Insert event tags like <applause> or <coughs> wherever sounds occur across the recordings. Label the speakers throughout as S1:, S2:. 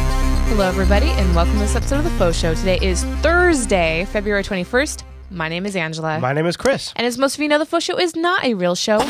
S1: Hello, everybody, and welcome to this episode of The Faux Show. Today is Thursday, February 21st. My name is Angela.
S2: My name is Chris.
S1: and as most of you know, The Faux Show is not a real show.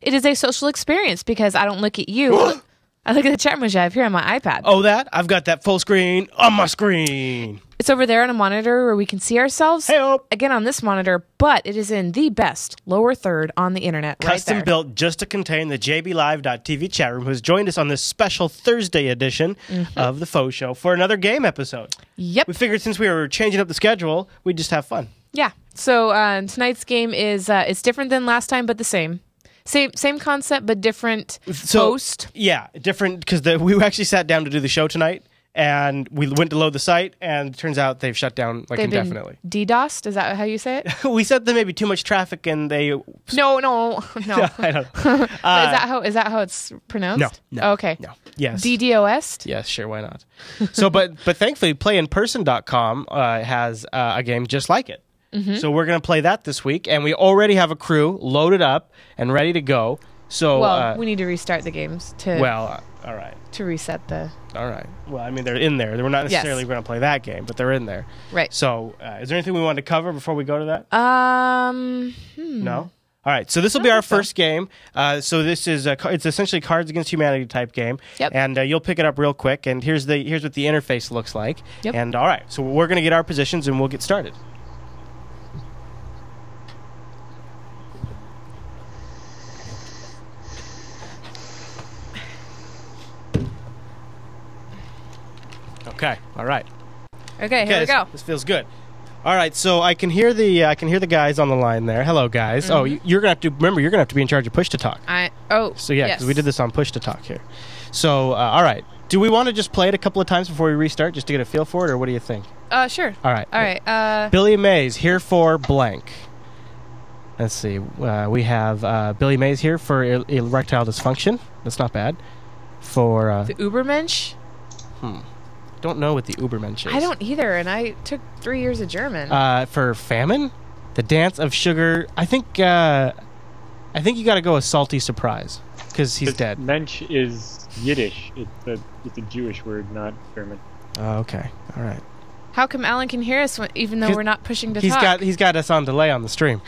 S1: It is a social experience because I don't look at you. I look at the chat room I have here on my iPad.
S2: Oh, that? I've got that full screen on my screen.
S1: It's over there on a monitor where we can see ourselves.
S2: Hey, oh.
S1: Again, on this monitor, but it is in the best lower third on the internet right
S2: Custom
S1: there.
S2: built just to contain the JBLive.tv chat room who's joined us on this special Thursday edition
S1: Mm-hmm.
S2: of The Faux Show for another game episode.
S1: Yep.
S2: We figured since we were changing up the schedule, we'd just have fun.
S1: Yeah. So uh, tonight's game is uh, it's different than last time, but the same. Same same concept, but different host.
S2: Yeah, different because we actually sat down to do the show tonight and we went to load the site and it turns out they've shut down like
S1: They've
S2: indefinitely. <laughs>
S1: been DDoSed. Is that how you say it?
S2: we sent them maybe too much traffic and they. <laughs>
S1: no, no, no.
S2: I don't know.
S1: <laughs> is that how is that how it's pronounced?
S2: Uh, No, no,
S1: okay.
S2: No. Yes.
S1: DDoS.
S2: Yes, sure, why not? <laughs> so, but but thankfully, playinperson.com uh, has uh, a game just like it.
S1: Mm-hmm.
S2: So we're going to play that this week, and we already have a crew loaded up and ready to go. So,
S1: Well,
S2: uh,
S1: we need to restart the games to
S2: well, uh, all right,
S1: to reset the
S2: all right. Well, I mean, they're in there. We're not necessarily going to play that game, but they're in there.
S1: right.
S2: So, uh, is there anything we want to cover before we go to that?
S1: Um. hmm.
S2: No. All right, so this will be our first game. Uh, so this is a, ca- it's essentially Cards Against Humanity type game,
S1: Yep.
S2: and uh, you'll pick it up real quick. And here's the here's what the interface looks like.
S1: Yep.
S2: And all right, so we're gonna get our positions and we'll get started. Okay. All right.
S1: Okay. Here we
S2: this,
S1: go.
S2: This feels good. All right, so I can hear the uh, I can hear the guys on the line there. Hello, guys. Oh, you-
S1: Mm-hmm.
S2: you're gonna have to remember you're gonna have to be in charge of push to talk.
S1: I oh.
S2: So yeah, because
S1: yes.
S2: we did this on push to talk here. So uh, all right, do we want to just play it a couple of times before we restart, just to get a feel for it, or what do you think?
S1: Uh, sure.
S2: All right,
S1: All right. Uh,
S2: Billy Mays here for blank. Let's see. Uh, we have uh, Billy Mays here for er- erectile dysfunction. That's not bad. For uh,
S1: the Ubermensch.
S2: don't know what the Ubermensch is.
S1: I don't either, and I took three years of German.
S2: uh, for famine, the dance of sugar. I think uh, I think you got to go with salty surprise because he's
S3: But
S2: dead.
S3: Mensch is Yiddish. It's a it's a Jewish word, not German.
S2: Oh, okay, all right.
S1: How come Alan can hear us when, even though
S2: He's-
S1: we're not pushing to
S2: He's
S1: talk?
S2: got <laughs> he's got us on delay on the stream.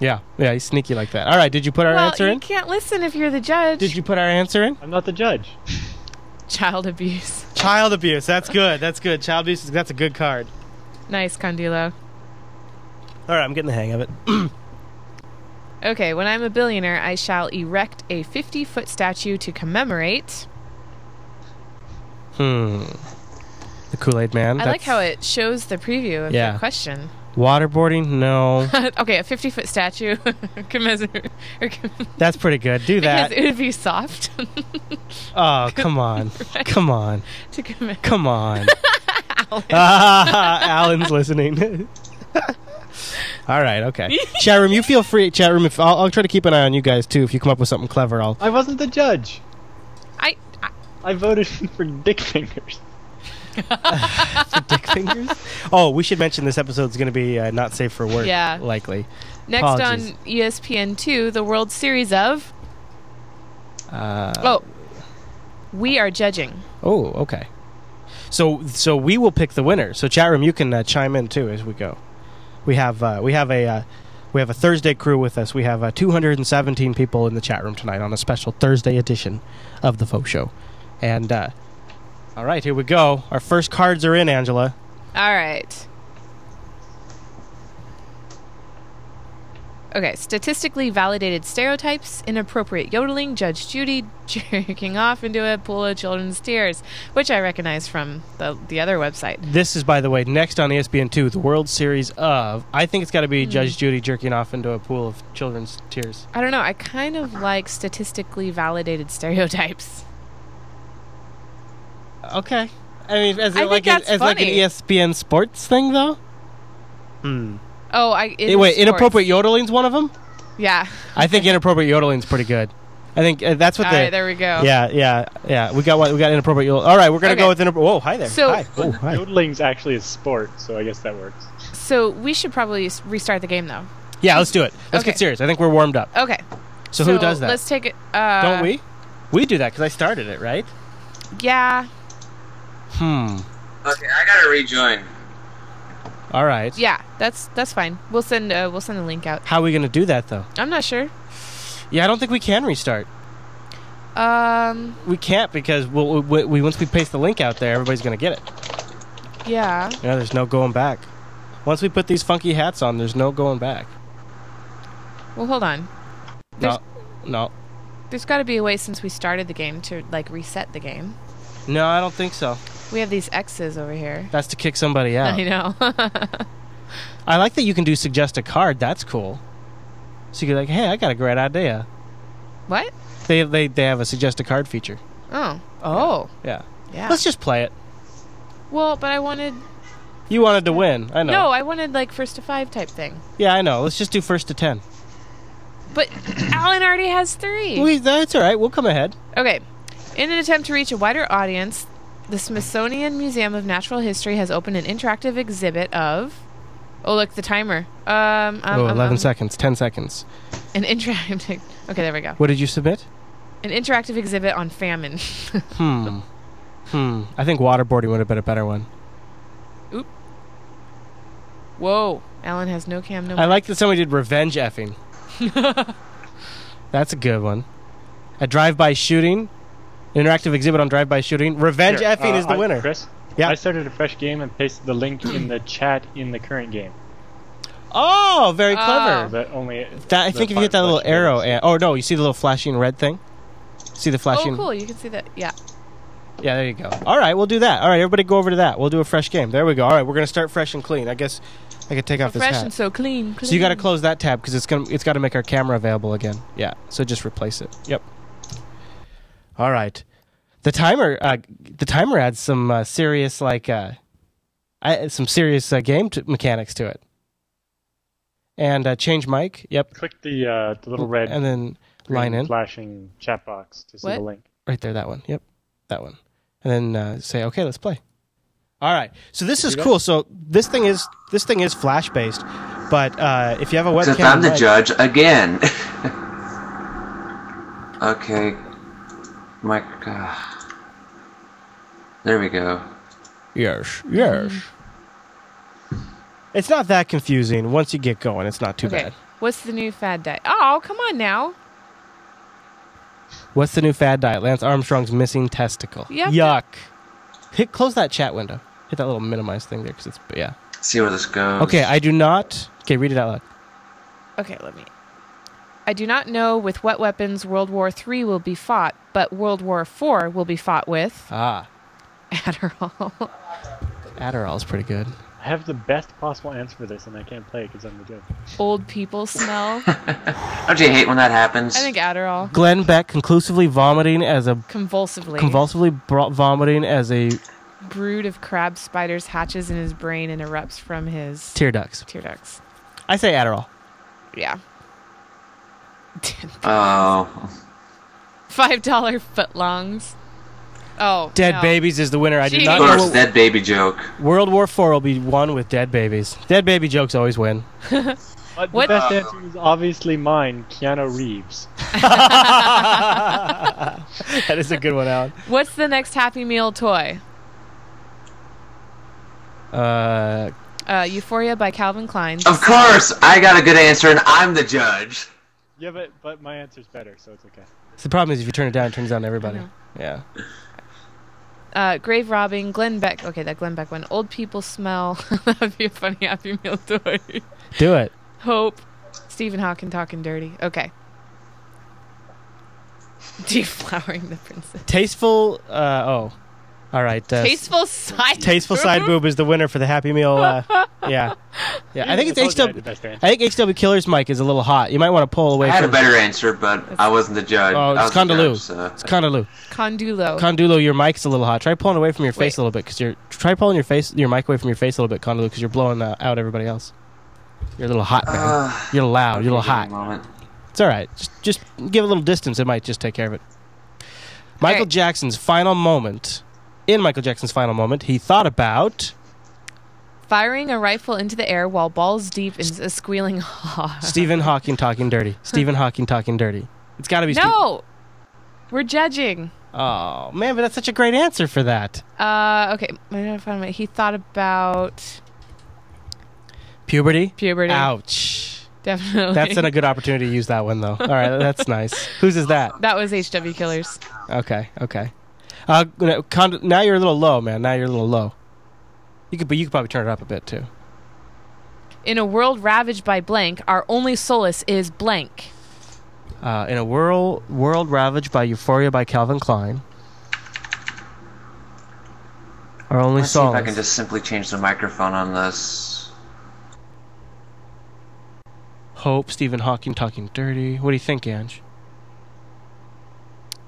S2: yeah, yeah, he's sneaky like that. All right, did you put our
S1: well,
S2: answer
S1: you
S2: in?
S1: can't listen if you're the judge.
S2: Did you put our answer in?
S3: I'm not the judge.
S1: Child abuse. <laughs>
S2: Child abuse. That's good. That's good. Child abuse. is- That's a good card.
S1: Nice, Condilo.
S2: All right, I'm getting the hang of it.
S1: Okay, when I'm a billionaire, I shall erect a 50 foot statue to commemorate.
S2: <clears throat> Hmm. The Kool Aid Man.
S1: I like
S2: That's-
S1: how it shows the preview of
S2: Yeah.
S1: the question. <laughs>
S2: waterboarding. No, <laughs>
S1: okay, a 50 foot statue. <laughs> Commiserate. or com-
S2: that's pretty good. Do that.
S1: because it would be soft <laughs>
S2: Oh, come <laughs> on, come on.
S1: to commemorate.
S2: Come on. Ah, <laughs> Alan's listening. All right, okay. Chat room, you feel free. Chat room, if I'll, I'll try to keep an eye on you guys too. If you come up with something clever, I'll. <laughs>
S3: I wasn't the judge.
S1: I, I,
S3: I voted <laughs> for dick fingers.
S2: Dick fingers. Oh, we should mention this episode's going to be uh, not safe for work.
S1: Yeah.
S2: likely.
S1: next
S2: Apologies.
S1: on E ESPN2, the World Series of.
S2: Uh,
S1: Oh, we are judging.
S2: oh, okay. So, so we will pick the winner. So, chat room, you can uh, chime in too as we go. We have uh, we have a uh, we have a Thursday crew with us. We have uh, 217 people in the chat room tonight on a special Thursday edition of the Folk Show. And uh, all right, here we go. Our first cards are in, Angela.
S1: All right. Okay, statistically validated stereotypes, inappropriate yodeling, Judge Judy <laughs> jerking off into a pool of children's tears, which I recognize from the, the other website.
S2: This is, by the way, next on E ESPN2, the World Series of. I think it's got to be Judge Judy jerking off into a pool of children's tears.
S1: I don't know, I kind of like statistically validated stereotypes.
S2: Okay. I mean, as,
S1: I think
S2: like,
S1: that's
S2: as like an
S1: funny.
S2: E ESPN sports thing, though? Hmm.
S1: Oh, I it
S2: Eh,
S1: is
S2: Wait,
S1: sports.
S2: inappropriate yodeling's one of them?
S1: Yeah.
S2: I think inappropriate yodeling's pretty good. I think uh, that's what
S1: All
S2: the.
S1: right, there we go.
S2: Yeah, yeah, yeah. We got one. We got inappropriate. Yodel. All right, we're gonna
S1: Okay.
S2: go with inappropriate. Whoa, hi there.
S1: So-
S2: hi. Oh, hi.
S3: Yodeling's actually a sport, so I guess that works.
S1: So we should probably s- restart the game though.
S2: Yeah, let's do it. Let's
S1: Okay.
S2: get serious. I think we're warmed up.
S1: Okay.
S2: So, who does that?
S1: Let's take it. Uh,
S2: Don't we? We do that because I started it, right?
S1: Yeah.
S2: Hmm.
S4: Okay, I gotta rejoin.
S2: All right.
S1: Yeah, that's that's fine. We'll send uh, we'll send a link out.
S2: How are we going to do that though?
S1: I'm not sure.
S2: Yeah, I don't think we can restart.
S1: Um,
S2: We can't because we'll, we, we once we paste the link out there, everybody's going to get it.
S1: yeah.
S2: Yeah, there's no going back. Once we put these funky hats on, there's no going back.
S1: Well, hold on.
S2: No, no,
S1: There's got to be a way since we started the game to like reset the game.
S2: no. I don't think so.
S1: We have these X's over here.
S2: That's to kick somebody
S1: <laughs>
S2: out.
S1: I
S2: I,
S1: <laughs> know.
S2: like that you can do suggest a card. That's cool. So you're like, hey, I got a great idea.
S1: what?
S2: They they they have a suggest a card feature.
S1: Oh. Oh.
S2: Yeah.
S1: Yeah.
S2: Let's just play it.
S1: well, but I wanted
S2: You wanted to win. I know.
S1: no, I wanted like first to five type thing.
S2: Yeah, I know. Let's just do first to ten.
S1: <coughs> But Alan already has three.
S2: We, that's all right. We'll come ahead.
S1: Okay. In an attempt to reach a wider audience, the Smithsonian Museum of Natural History has opened an interactive exhibit of. Oh, look, the timer. Um, um,
S2: oh,
S1: um,
S2: 11
S1: um,
S2: seconds. Ten seconds.
S1: An interactive. <laughs> Okay, there we go.
S2: What did you submit?
S1: An interactive exhibit on famine. <laughs>
S2: Hmm. Hmm. I think waterboarding would have been a better one.
S1: Whoa. Alan has no cam, no.
S2: I like that somebody did revenge effing. That's a good one. A drive-by shooting, interactive exhibit on drive-by shooting. Revenge
S3: Here,
S2: effing
S3: uh,
S2: is the
S3: I-
S2: winner.
S3: Chris,
S2: Yeah.
S3: I started a fresh game and pasted the link in the chat in the current game.
S2: Oh, very
S1: Oh.
S2: clever.
S3: But only
S2: That I
S3: the
S2: think if you hit that
S3: five
S2: little
S3: flash
S2: arrow,
S3: arrows.
S2: and, oh no, you see the little flashing red thing. See the flashing?
S1: oh, cool. You can see that. Yeah.
S2: Yeah, there you go. All right, we'll do that. All right, everybody, go over to that. We'll do a fresh game. There we go. All right, we're gonna start fresh and clean. I guess I could take off this
S1: Fresh
S2: hat.
S1: and so clean.
S2: So you got to
S1: clean.
S2: close that tab because it's gonna it's got to make our camera available again. Yeah. So just replace it. Yep. All right. The timer uh, the timer adds some uh, serious like uh, I, some serious uh, game t- mechanics to it. And uh, change mic. Yep.
S3: Click the uh, the little red
S2: And then
S3: green
S2: line in
S3: flashing chat box to see
S1: What?
S3: the link.
S2: right there. That one. Yep. That one. And then uh, say okay. Let's play. All right. So this is cool. So this thing is this thing is flash based, but uh, if you have a webcam,
S4: Since I'm the
S2: mic-
S4: judge again. <laughs> okay. Mike. Uh, there we go.
S2: Yes, yes. Mm-hmm. It's not that confusing. Once you get going, it's not too
S1: Okay.
S2: bad.
S1: What's the new fad diet? Oh, come on now.
S2: What's the new fad diet? Lance Armstrong's missing testicle.
S1: You have to-
S2: Yuck. Hit close that chat window. Hit that little minimize thing there because it's yeah.
S4: See where this goes.
S2: Okay, I do not. Okay, read it out loud.
S1: Okay, let me. I do not know with what weapons World War III will be fought, but World War IV will be fought with <laughs>
S2: Ah,
S1: Adderall.
S2: Adderall's pretty good.
S3: I have the best possible answer for this, and I can't play it because I'm the judge.
S1: Old people smell.
S4: Don't you hate when that happens?
S1: I think Adderall.
S2: Glenn Beck conclusively vomiting as a
S1: Convulsively.
S2: convulsively bro- vomiting as a
S1: Brood of crab spiders hatches in his brain and erupts from his
S2: tear ducts.
S1: tear ducts.
S2: I say Adderall.
S1: Yeah. <laughs>
S4: Oh.
S1: Five dollar footlongs. Oh.
S2: Dead
S1: no.
S2: babies is the winner. I do
S1: Jeez.
S2: not
S4: Of
S2: know
S4: course,
S2: what-
S4: that baby joke.
S2: World War Four will be won with dead babies. Dead baby jokes always win.
S3: But
S1: What-
S3: The
S2: Um,
S3: best answer is obviously mine, Keanu Reeves.
S2: <laughs> that is a good one, Alan.
S1: What's the next Happy Meal toy?
S2: Uh,
S1: Uh, Euphoria by Calvin Klein.
S4: Of course, I got a good answer, and I'm the judge.
S3: Yeah, but but my answer's better, so it's okay.
S2: the problem is if you turn it down, it turns down everybody. Yeah.
S1: uh, grave robbing, Glenn Beck. Okay, that Glenn Beck one. Old people smell. <laughs> That'd be a funny Happy Meal toy. <laughs>
S2: Do it.
S1: Hope. Stephen Hawking talking dirty. Okay. <laughs> Deflowering the princess.
S2: Tasteful. Uh, oh. All right. Uh,
S1: Tasteful side.
S2: tasteful side boob is the winner for the Happy Meal. Uh, yeah. Yeah. I think it's
S3: told you I had the
S2: HW. <laughs>
S3: best answer.
S2: I think HW Killer's mic is a little hot. You might want to pull
S4: I
S2: away
S4: had a
S2: from.
S4: better answer, but I wasn't the judge.
S2: Oh,
S4: I
S2: it's
S4: was the
S2: Condaloo.
S4: judge, so-
S2: It's Condalu.
S1: Condulo.
S2: Condulo, your mic's a little hot. Try pulling away from your face
S1: Wait.
S2: a little bit, cause you're try pulling your face, your mic away from your face a little bit, Condulo, because you're blowing uh, out everybody else. You're a little hot, man.
S4: Ah.
S2: you're loud. You're a little hot.
S4: Give me a moment.
S2: It's all right. Just, just give a little distance. It might just take care of it. Michael
S1: right.
S2: Jackson's final moment. In Michael Jackson's final moment, he thought about
S1: Firing a rifle into the air while balls deep in a squealing <laughs> haw.
S2: Stephen Hawking talking dirty. Stephen Hawking talking dirty. It's got to be Steve-
S1: No! We're judging.
S2: Oh man, but that's such a great answer for that.
S1: Uh, okay. I don't know if I'm- He thought about
S2: Puberty.
S1: puberty.
S2: Ouch.
S1: Definitely. <laughs>
S2: That's a good opportunity to use that one though. All right, that's nice. Whose is that?
S1: that was HW Killers.
S2: Okay, okay. Uh, con- now you're a little low, man. Now you're a little low. You could, but you could probably turn it up a bit too.
S1: In a world ravaged by blank, our only solace is blank.
S2: Uh, in a world world ravaged by euphoria by Calvin Klein. Our only
S4: Let's see if
S2: song.
S4: I can just simply change the microphone on this.
S2: Hope, Stephen Hawking talking dirty. What do you think, Ange?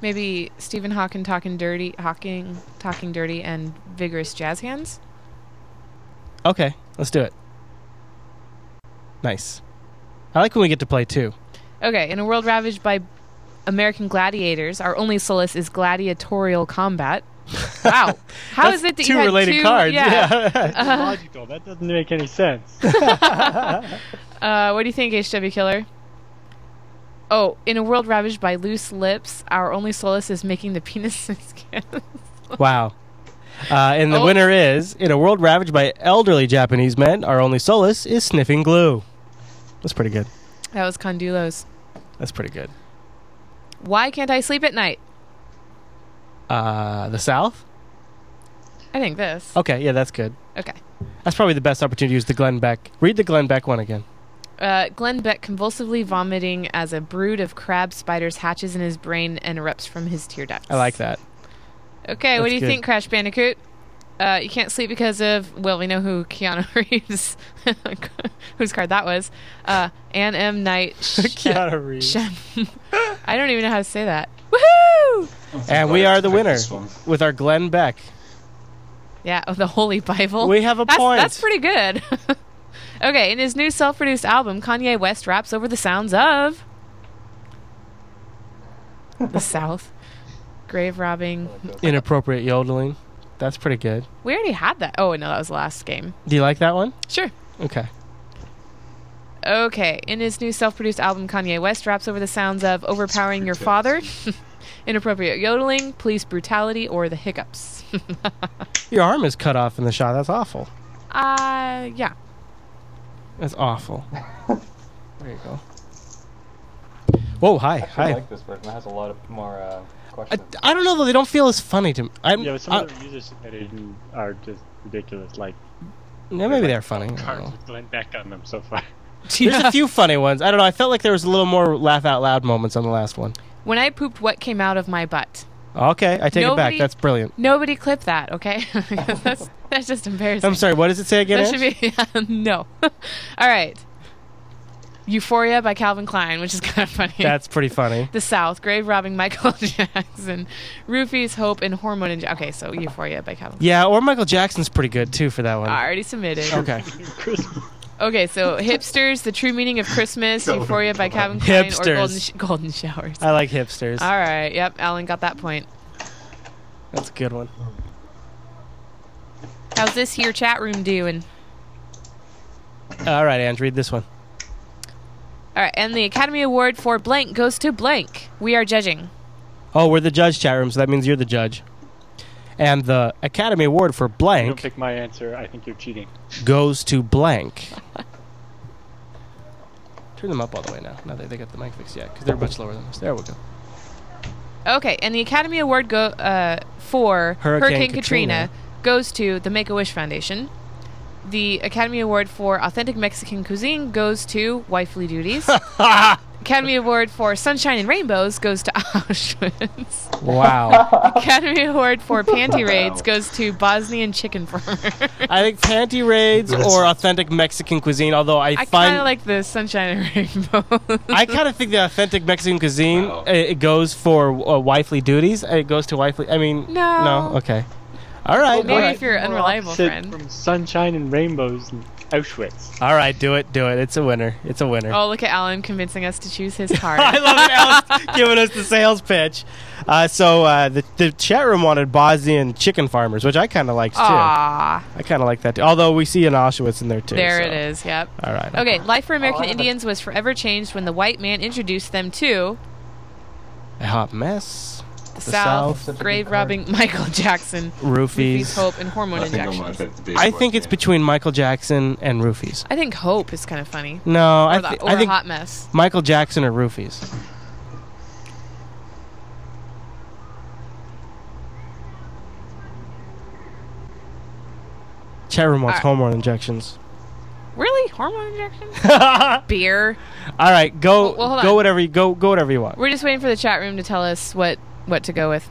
S1: Maybe Stephen Hawking talking dirty, Hawking talking dirty, and vigorous jazz hands.
S2: Okay, let's do it. Nice. I like when we get to play too.
S1: Okay. In a world ravaged by American gladiators, our only solace is gladiatorial combat. <laughs>
S2: <laughs>
S1: Wow. How is it that
S2: two
S1: you had
S2: related
S1: two-
S2: cards?
S1: Yeah.
S2: <laughs>
S3: It's logical. That doesn't make any sense.
S1: Uh, what do you think, HW Killer? Oh, in a world ravaged by loose lips, our only solace is making the penis <laughs> and skin.
S2: wow. Uh, and the
S1: Oh.
S2: winner is in a world ravaged by elderly Japanese men. Our only solace is sniffing glue. That's pretty good.
S1: that was Condulos.
S2: That's pretty good.
S1: Why can't I sleep at night?
S2: Uh, the South.
S1: I think this.
S2: Okay, yeah, that's good.
S1: Okay.
S2: That's probably the best opportunity to use the Glenn Beck. Read the Glenn Beck one again.
S1: Uh, Glenn Beck convulsively vomiting as a brood of crab spiders hatches in his brain and erupts from his tear ducts.
S2: I like that.
S1: Okay, what
S2: That's
S1: do you
S2: good.
S1: think, Crash Bandicoot? Uh, you can't sleep because of well, we know who Keanu <laughs> Reeves, whose card that was. Uh, Anne M. Knight.
S2: <laughs> Keanu Reeves.
S1: Shem. <laughs> I don't even know how to say that. Woohoo!
S2: And we are the winner with our Glenn Beck.
S1: Yeah, oh, the Holy Bible.
S2: We have a
S1: that's,
S2: point.
S1: That's pretty good. <laughs> okay, in his new self produced album, Kanye West raps over the sounds of
S2: <laughs>
S1: the South, grave robbing.
S2: Inappropriate yodeling. That's pretty good.
S1: We already had that. Oh, no, that was the last game.
S2: Do you like that one?
S1: Sure.
S2: Okay.
S1: Okay, in his new self produced album, Kanye West raps over the sounds of overpowering your father, <laughs> inappropriate yodeling, police brutality, or the hiccups. <laughs>
S2: Your arm is cut off in the shot. That's awful.
S1: uh, yeah.
S2: That's
S3: <laughs>
S2: awful. there you go. Whoa, hi,
S5: I
S2: hi.
S5: like this version. It has a lot of more uh,
S2: I,
S5: questions.
S2: I don't know though. They don't feel as funny to me. I'm,
S3: yeah, but some
S2: I,
S3: of the users submitted who are just ridiculous. Like
S2: yeah, maybe they're funny. I don't
S3: cards <laughs>
S2: know.
S3: with Glenn Beck on them so far. <laughs>
S2: There's a few funny ones. I don't know. I felt like there was a little more laugh out loud moments on the last one.
S1: When I pooped, what came out of my butt?
S2: Okay, I take it back.
S1: Nobody-
S2: That's brilliant.
S1: Nobody clip that, okay? <laughs> that's, that's just embarrassing.
S2: I'm sorry. What does it say again?
S1: That
S2: Ash?
S1: should be <laughs> no. All right. Euphoria by Calvin Klein, which is <laughs> kind of funny.
S2: That's pretty funny.
S1: the South, grave robbing Michael <laughs> Jackson, roofies, hope, and hormone. Inj- okay, so Euphoria by Calvin.
S2: Yeah, or Michael Jackson's pretty good too for that one.
S1: Klein. I already submitted.
S2: Okay.
S3: Christmas.
S1: Okay, so hipsters, the true meaning of Christmas, Euphoria by Calvin Klein, or golden,
S2: Hipsters. Uh,
S1: sh- golden showers.
S2: I like hipsters.
S1: All right. Yep, Alan got that point.
S2: That's a good one.
S1: How's this here chat room doing?
S2: All right, Ange, read this one.
S1: All right, and the Academy Award for blank goes to blank. We are judging.
S2: Oh, we're the judge chat room, so that means you're the judge. And the Academy Award for
S3: You don't
S2: blank
S3: pick my answer. I think you're cheating.
S2: goes to blank. Turn them up all the way now. Now that they got the mic fixed yet, because they're much lower than us. There we go.
S1: Okay, and the Academy Award go uh, for
S2: Hurricane
S1: Hurricane,
S2: Katrina.
S1: Katrina, goes to the Make a Wish Foundation. The Academy Award for Authentic Mexican Cuisine goes to Wifely
S2: <laughs>
S1: Duties. Academy Award for Sunshine and Rainbows goes to <laughs> Auschwitz.
S2: Wow.
S1: Academy Award for
S2: <laughs>
S1: Panty Raids goes to Bosnian Chicken Farmer.
S2: I think panty raids or authentic Mexican cuisine. Although I,
S1: I kind
S2: find
S1: of like the Sunshine and Rainbows.
S2: I kind of think the authentic Mexican cuisine
S5: Wow.
S2: uh, it goes for uh, wifely duties. It goes to wifely. I mean,
S1: No.
S2: no, okay, all right,
S1: Maybe if
S2: all right,
S1: you're an unreliable
S3: Opposite
S1: friend.
S3: From sunshine and rainbows and Auschwitz. <laughs>
S2: all right. Do it, do it. It's a winner. It's a winner.
S1: <laughs> Oh, look at Alan convincing us to choose his
S2: <laughs> I
S1: card.
S2: love it, Alex giving us the sales pitch. Uh, so uh, the the chat room wanted Bosnian chicken farmers, which I kind of liked too.
S1: <laughs> Aw,
S2: I kind of like that too. Although we see an Auschwitz in there too.
S1: there
S2: so.
S1: it is. Yep.
S2: All right.
S1: Okay, life for American
S5: I have a-
S1: Indians was forever changed when the white man introduced them to
S2: A hot mess.
S1: the,
S2: South.
S1: South, grave robbing <laughs> Michael Jackson, Rufy's
S2: Roofies.
S1: Hope, and hormone
S6: I think I'm
S1: injection.
S6: gonna pick the big
S2: I
S6: one,
S2: think it's
S6: yeah.
S2: between Michael Jackson and Roofies.
S1: I think Hope is kind of funny.
S2: No, I,
S1: or the-
S2: thi-
S1: or
S2: I think
S1: a hot mess.
S2: Michael Jackson or Roofies. Chat room wants
S1: Alright. <laughs>
S2: hormone injections.
S1: Really? Hormone injection?
S2: All
S1: Beer.
S2: right, go
S1: Well, well, hold
S2: go
S1: on.
S2: whatever you go go whatever you want.
S1: We're just waiting for the chat room to tell us what what to go with.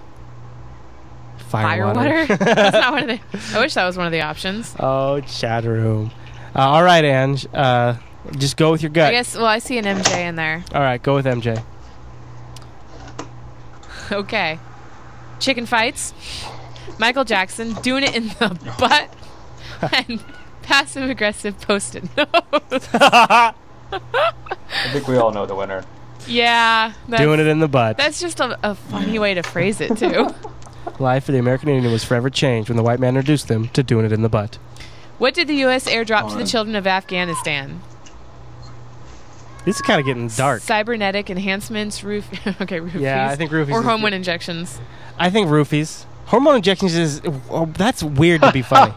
S1: Fire water?
S2: <laughs>
S1: That's not one of the. I wish that was one of the options.
S2: oh, chat room. Uh, all right, Ange. Uh, just go with your gut.
S1: I guess. Well, I see an MJ in there.
S2: All right, go
S1: <laughs>
S2: with MJ.
S1: Okay. Chicken fights. Michael Jackson doing it in the <laughs> butt. And passive aggressive post it notes.
S5: I think we all know the winner.
S1: <laughs> yeah. That's,
S2: Doing it in the butt.
S1: That's just a, a funny way to phrase it, too.
S2: Life for the American Indian was forever changed when the white man reduced them to doing it in the butt.
S1: what did the U.S. airdrop to the
S6: Alright.
S1: children of Afghanistan?
S2: This is kind of getting dark.
S1: Cybernetic enhancements, roof. <laughs> okay, roofies.
S2: Yeah, I think roofies
S1: Or
S2: is
S1: hormone
S2: good.
S1: injections.
S2: I think roofies. Hormone injections is oh, that's weird to
S1: <laughs>
S2: be funny.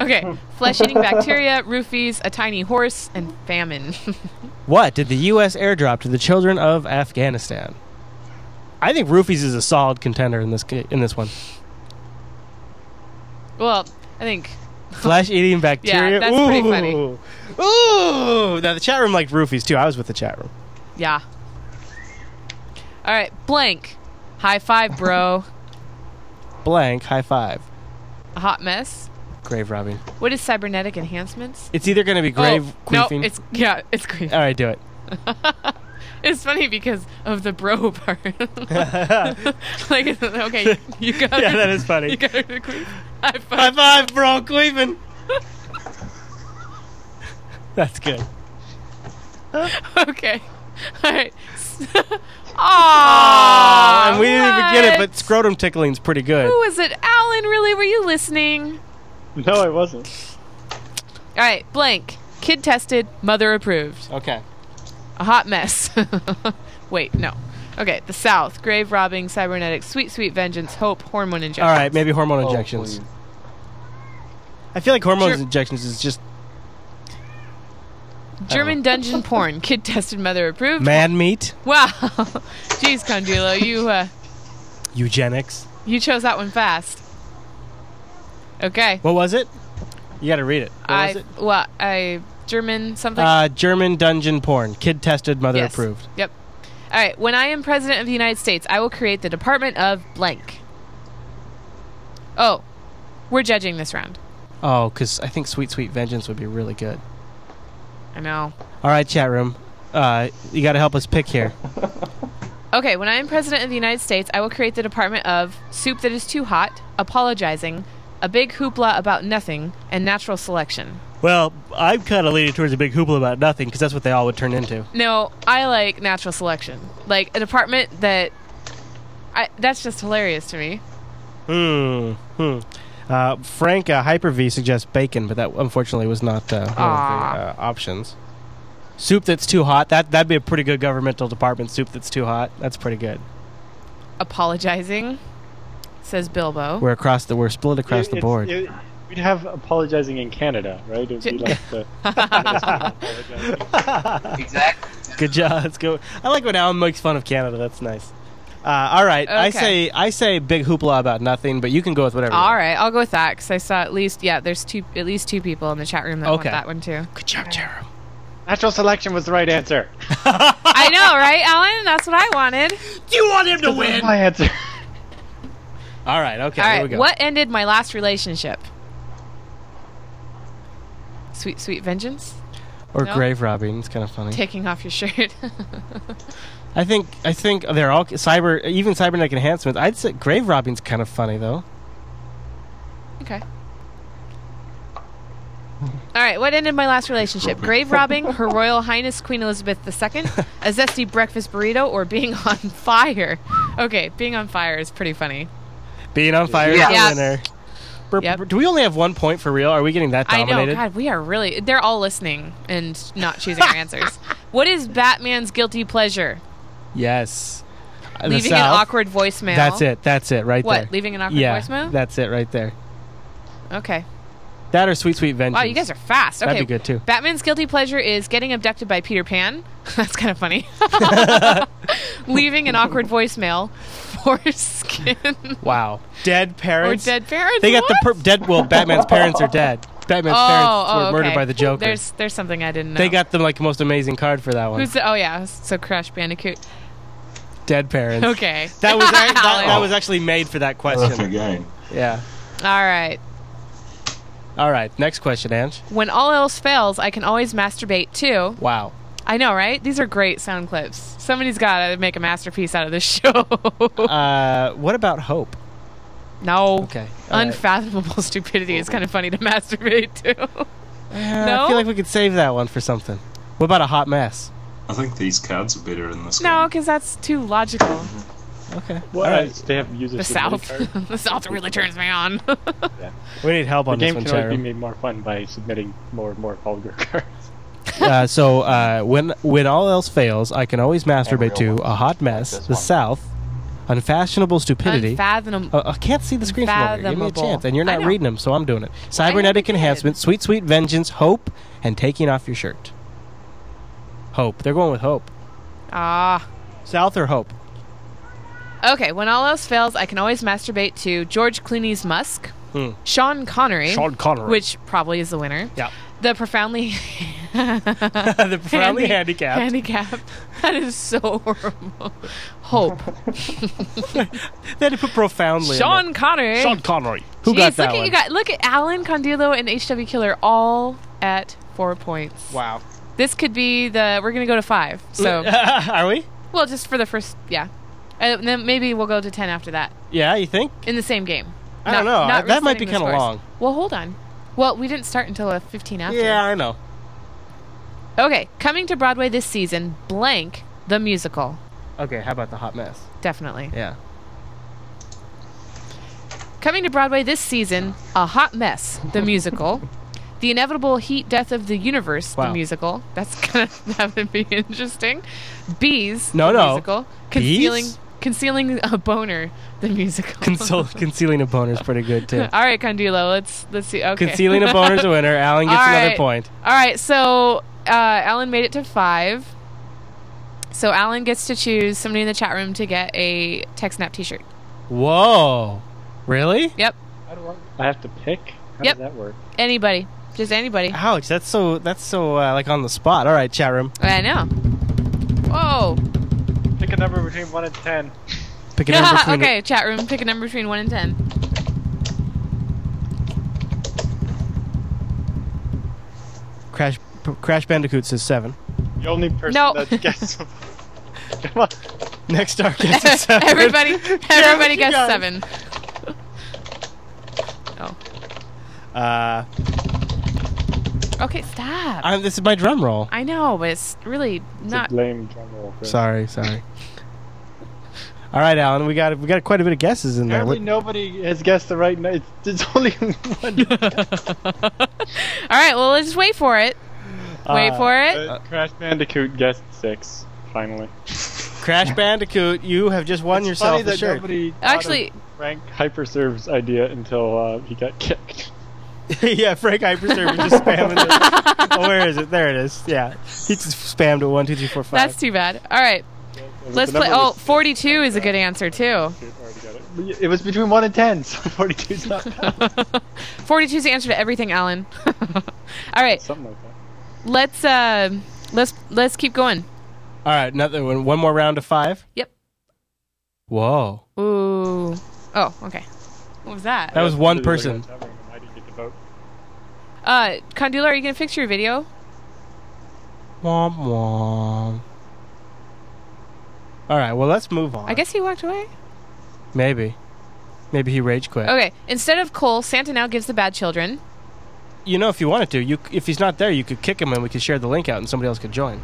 S1: Okay, flesh eating bacteria, roofies, a tiny horse, and famine. <laughs>
S2: What did the U.S. airdrop to the children of Afghanistan? I think roofies is a solid contender in this ca- in this one.
S1: well, I think.
S2: Flesh eating bacteria.
S1: that's
S2: Ooh.
S1: pretty funny.
S2: Ooh. Now the chat room liked roofies too. I was with the chat room.
S1: Yeah. All right, blank. High five, bro.
S2: Blank. High five.
S1: a hot mess.
S2: Grave robbing.
S1: What is cybernetic enhancements?
S2: It's either going to be grave
S1: oh, no,
S2: queefing.
S1: it's yeah, it's queef.
S2: all right. Do it.
S1: <laughs> It's funny because of the bro <laughs> part.
S2: <laughs>
S1: like, it's- okay, you got
S2: <laughs> Yeah,
S1: it.
S2: that is funny.
S1: <laughs> You got it. queef. High
S2: High
S1: five.
S2: five, bro,
S1: <laughs>
S2: Cleveland. That's good.
S1: Okay. <laughs> All right.
S2: <laughs>
S1: Aww,
S2: and we didn't even get it, but scrotum tickling's pretty good.
S1: Who was it? Alan, really? Were you listening?
S3: No, I wasn't.
S1: All right, blank. Kid tested, mother approved.
S2: Okay.
S1: A hot mess. <laughs> Wait, no. Okay, the South. Grave robbing, cybernetics, sweet, sweet vengeance, hope, hormone injection.
S2: All right, maybe hormone
S5: Oh,
S2: injections.
S5: please.
S2: I feel like hormone
S1: Sure.
S2: injections is just
S1: German dungeon
S2: <laughs>
S1: porn. Kid tested, mother approved.
S2: man meat,
S1: Wow. <laughs> Jeez, Condulo, you, uh,
S2: eugenics.
S1: you chose that one fast. Okay.
S2: What was it? You got to read it. What
S1: I,
S2: was it?
S1: Well, I, German something?
S2: Uh, German dungeon porn. Kid tested, mother
S1: Yes.
S2: approved.
S1: Yep. All right. When I am president of the United States, I will create the Department of blank. Oh, we're judging this round.
S2: Oh, because I think Sweet Sweet Vengeance would be really good.
S1: I know.
S2: All right, chat room. Uh, you got to help us pick here.
S1: Okay. When I am president of the United States, I will create the Department of soup that is too hot, apologizing, a big hoopla about nothing, and natural selection.
S2: <laughs> Well, I'm kind of leaning towards a big hoopla about nothing because that's what they all would turn into.
S1: No, I like natural selection. Like a department that. I, that's just hilarious to me.
S2: Hmm. Hmm. Uh, Frank uh, Hyper V suggests bacon, but that unfortunately was not uh, one of the
S1: Aw.
S2: uh, options. Soup that's too hot. That that'd be a pretty good governmental department. Soup that's too hot. That's pretty good.
S1: Apologizing, says Bilbo. <laughs>
S2: We're across the. We're split across
S3: It-
S2: the
S3: it's-
S2: board.
S3: it- we'd have apologizing in Canada, right? It'd
S2: <laughs>
S3: be like the. apologizing.
S4: Exactly.
S2: Good job. Let's go. I like when Alan makes fun of Canada. That's nice. Uh, all right. I
S1: Okay.
S2: say I say big hoopla about nothing, but you can go with whatever. you
S1: All
S2: want.
S1: right, I'll go with that because I saw at least yeah, there's two at least two people in the chat room that
S2: Okay.
S1: want that one too.
S2: Good
S1: <laughs>
S2: job, Jeremy.
S3: Natural selection was the right answer.
S1: I know, right, Alan? That's what I wanted.
S2: You want him to
S3: That's my answer. <laughs>
S2: All right. Okay.
S1: All
S2: Here we
S1: right,
S2: go.
S1: what ended my last relationship? Sweet, sweet vengeance.
S2: Or
S1: No?
S2: grave robbing. It's kind of funny.
S1: Taking off your shirt. <laughs>
S2: I think I think they're all cyber, even cybernetic enhancements. I'd say grave robbing's kind of funny though.
S1: okay. All right, what ended my last relationship? Grave robbing, Her Royal Highness Queen Elizabeth II, a zesty breakfast burrito, or being on fire? Okay, being on fire is pretty funny.
S2: Being on fire
S4: Yeah.
S2: is
S1: Yeah.
S2: the winner. Bur-
S1: Yep.
S2: bur- Do we only have one point for real? Are we getting that
S1: I know.
S2: dominated?
S1: God, we are really. They're all listening and
S2: <laughs>
S1: not choosing our answers. What is Batman's guilty pleasure?
S2: Yes. in the
S1: leaving an
S2: South.
S1: awkward voicemail.
S2: That's it. That's it right
S1: What?
S2: there.
S1: Leaving an awkward
S2: yeah,
S1: voicemail?
S2: that's it right there.
S1: okay.
S2: That or Sweet Sweet Vengeance.
S1: Wow, you guys are fast. Okay.
S2: That'd be good too.
S1: Batman's guilty pleasure is getting abducted by Peter Pan. <laughs> That's kind of
S2: <laughs>
S1: funny. Leaving an awkward voicemail for <laughs> skin
S2: Wow, dead
S1: or
S2: parents.
S1: dead parents.
S2: They got the per-
S1: What?
S2: dead.
S1: <laughs>
S2: Well, Batman's parents are dead. Batman's parents
S1: oh,
S2: were
S1: oh,
S2: murdered
S1: okay.
S2: by the Joker.
S1: There's there's something I didn't know.
S2: They got the like most amazing card for that one.
S1: Who's the, oh yeah, so Crash Bandicoot.
S2: dead parents.
S1: Okay. <laughs>
S2: That was act- that,
S1: Alex.
S2: that was actually made for that
S6: Perfect
S2: question.
S6: game.
S2: Yeah.
S1: All right.
S2: All right. Next question, Ange.
S1: When all else fails, I can always masturbate too.
S2: Wow.
S1: I know, right? These are great sound clips. Somebody's got to make a masterpiece out of this <laughs> show.
S2: Uh, what about hope?
S1: no.
S2: Okay. Uh, all right.
S1: Unfathomable <laughs> stupidity is kind of funny to masturbate
S2: <laughs>
S1: to.
S2: Eh, I
S1: No?
S2: feel like we could save that one for something. What about a hot mess?
S6: I think these cards are better in this
S1: no,
S6: game.
S1: because that's too logical.
S2: Okay.
S3: Well,
S2: All right.
S3: They have users.
S1: The South. <laughs> the South really turns me on. <laughs>
S2: We need help
S3: The
S2: on this
S3: game
S2: one,
S3: can always be
S2: Charon.
S3: made more fun by submitting more and more vulgar <laughs> cards.
S2: Uh, so uh, when when all else fails, I can always masturbate to
S5: real
S2: a hot mess,
S5: this
S2: the
S5: one.
S2: South, unfathomable stupidity.
S1: Unfathomable.
S2: Uh, I can't see the screen from over here. Give me a
S1: Fathomable.
S2: chance. And you're
S1: I
S2: not
S1: know.
S2: reading them, so I'm doing it. Cybernetic
S1: you did.
S2: enhancement, sweet, sweet vengeance, hope, and taking off your shirt. Hope. They're going with hope.
S1: Ah.
S2: South or hope?
S1: Okay, when all else fails, I can always masturbate to George Clooney's Musk,
S2: Hmm.
S1: Sean Connery,
S2: Connery.
S1: which probably is the winner.
S2: Yeah. <laughs>
S1: The profoundly <laughs>
S2: the profoundly
S1: Handy-
S2: handicapped.
S1: handicapped. <laughs> That is so horrible. Hope.
S2: they had to put profoundly. in
S1: Sean
S2: there.
S1: Connery.
S2: Connery. Who
S1: Jeez,
S2: got that
S1: look at
S2: one?
S1: you guys. Look at Alan Condilo and HW Killer all at four points.
S2: wow.
S1: This could be the we're gonna go to five.
S2: <laughs>
S1: So
S2: are we?
S1: well, just for the first, yeah, and then maybe we'll go to ten after that
S2: Yeah, you think?
S1: in the same game.
S2: I don't know. That might be
S1: resetting the
S2: kinda
S1: scores.
S2: long.
S1: Well, hold on. Well, we didn't start until a fifteen after.
S2: Yeah, I know.
S1: Okay, coming to Broadway this season, blank the musical,
S2: Okay, how about the hot mess?
S1: definitely.
S2: Yeah.
S1: Coming to Broadway this season, A Hot Mess, the musical. The Inevitable Heat Death of the Universe,
S2: Wow.
S1: the musical. That's <laughs> gonna that would be interesting. Bees,
S2: No,
S1: the
S2: no.
S1: musical.
S2: Bees?
S1: Concealing concealing a boner, the musical. <laughs>
S2: Consol- <laughs> concealing a boner is pretty good <laughs> too.
S1: All right, Condilo, let's let's see. Okay.
S2: Concealing a boner is a winner. Alan gets
S1: All
S2: another
S1: right.
S2: point.
S1: <laughs> All right, so uh, Alan made it to five. So Alan gets to choose somebody in the chat room to get a TechSnap T-shirt.
S2: Whoa. Really?
S1: Yep,
S3: I have to pick. How
S1: Yep.
S3: does that work?
S1: anybody, just anybody.
S2: Ouch, that's so that's so uh, like on the spot. All right, chat room,
S1: I know. Whoa.
S3: Pick a number between one and ten.
S2: pick
S1: <laughs>
S2: a <laughs> number between
S1: okay, chat room, pick a number between 1 and
S2: <laughs>
S1: 10.
S2: Crash P- Crash Bandicoot says <laughs> seven.
S3: The only person
S1: No. <laughs>
S3: that gets. <laughs> Come on.
S2: Next star
S1: <laughs>
S2: guesses <laughs> seven.
S1: everybody everybody
S2: you
S1: guessed 7.
S2: guys.
S1: Oh.
S2: Uh,
S1: Okay, stop. I,
S2: I'm, this is my drum roll.
S1: know, but it's really not.
S2: <laughs>
S3: It's a lame drum roll. for-
S2: Sorry, sorry. All right, Alan, we got we got quite a bit of guesses in there.
S3: Apparently
S2: What-
S3: nobody has guessed the right. number. It's, it's only <laughs> one.
S1: All right, well, let's just wait for it. Wait
S2: Uh,
S1: for it.
S3: Uh, Crash Bandicoot guessed six. Finally.
S2: Crash Bandicoot, you have just won
S3: It's
S2: yourself
S3: funny
S2: the
S3: that
S2: shirt.
S3: nobody thought of
S1: Actually,
S3: Frank Hyperserve's idea until uh, he got kicked.
S2: <laughs> yeah, Frank Hyperserve was just
S1: <laughs>
S2: spamming <laughs>
S3: <laughs>
S2: it. Oh, where is it? There it is. Yeah. He just spammed it one, two, three, four, five.
S1: that's too bad. All right,
S3: And
S1: let's
S3: the
S1: play.
S3: number
S1: Oh,
S3: was six,
S1: 42 is a good answer, too.
S3: dude, already got it. But yeah, It was between one and ten, so <laughs>
S1: <laughs>
S3: 42's not
S1: 42 is the answer to everything, Alan. <laughs> All right,
S3: something like that.
S1: let's uh, let's let's keep going.
S2: All right, another one. One more round of five.
S1: Yep.
S2: Whoa.
S1: Ooh. Oh, okay. What was that?
S2: That was one person.
S3: I didn't get to vote.
S1: Uh, Condula, are you gonna fix your video?
S2: Womp womp. All right, well, let's move on.
S1: I guess he walked away.
S2: Maybe. Maybe he rage quit.
S1: Okay. Instead of coal, Santa now gives the bad children.
S2: You know, if you wanted to, you c- if he's not there, you could kick him and we could share the link out and somebody else could join.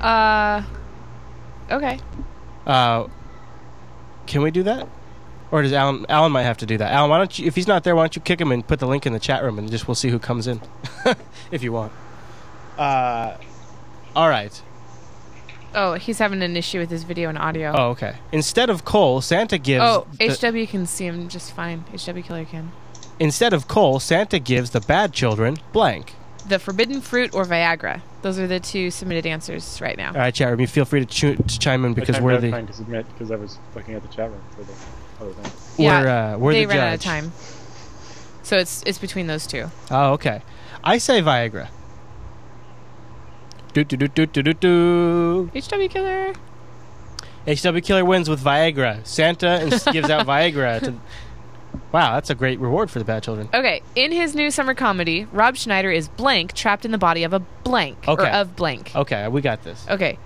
S1: Uh. Okay.
S2: Uh, can we do that? Or does Alan? Alan might have to do that. Alan, why don't you? If he's not there, why don't you kick him and put the link in the chat room, and just we'll see who comes <laughs> in, if you want. Uh, all right.
S1: Oh, he's having an issue with his video and audio.
S2: Oh, okay. Instead of coal, Santa gives.
S1: Oh,
S2: the-
S1: HW can see him just fine. HW Killer can.
S2: instead of coal, Santa gives the bad children blank.
S1: The forbidden fruit or Viagra. Those are the two submitted answers right now.
S2: All right, chat room, you feel free to, chu- to chime in because
S3: I
S2: we're the
S3: trying to submit because I was looking at the chat room for the other thing.
S1: Yeah,
S2: we're uh, we're
S1: they
S2: the
S1: ran out of
S2: judge.
S1: time. So it's it's between those two.
S2: Oh, okay. I say Viagra. Do do do do do do do.
S1: HW Killer.
S2: HW Killer wins with Viagra. Santa
S1: <laughs>
S2: ins- gives out Viagra. To- wow, that's a great reward for the bad children.
S1: Okay, in his new summer comedy, Rob Schneider is blank trapped in the body of a blank or
S2: Okay.
S1: of blank.
S2: Okay, we got this.
S1: Okay.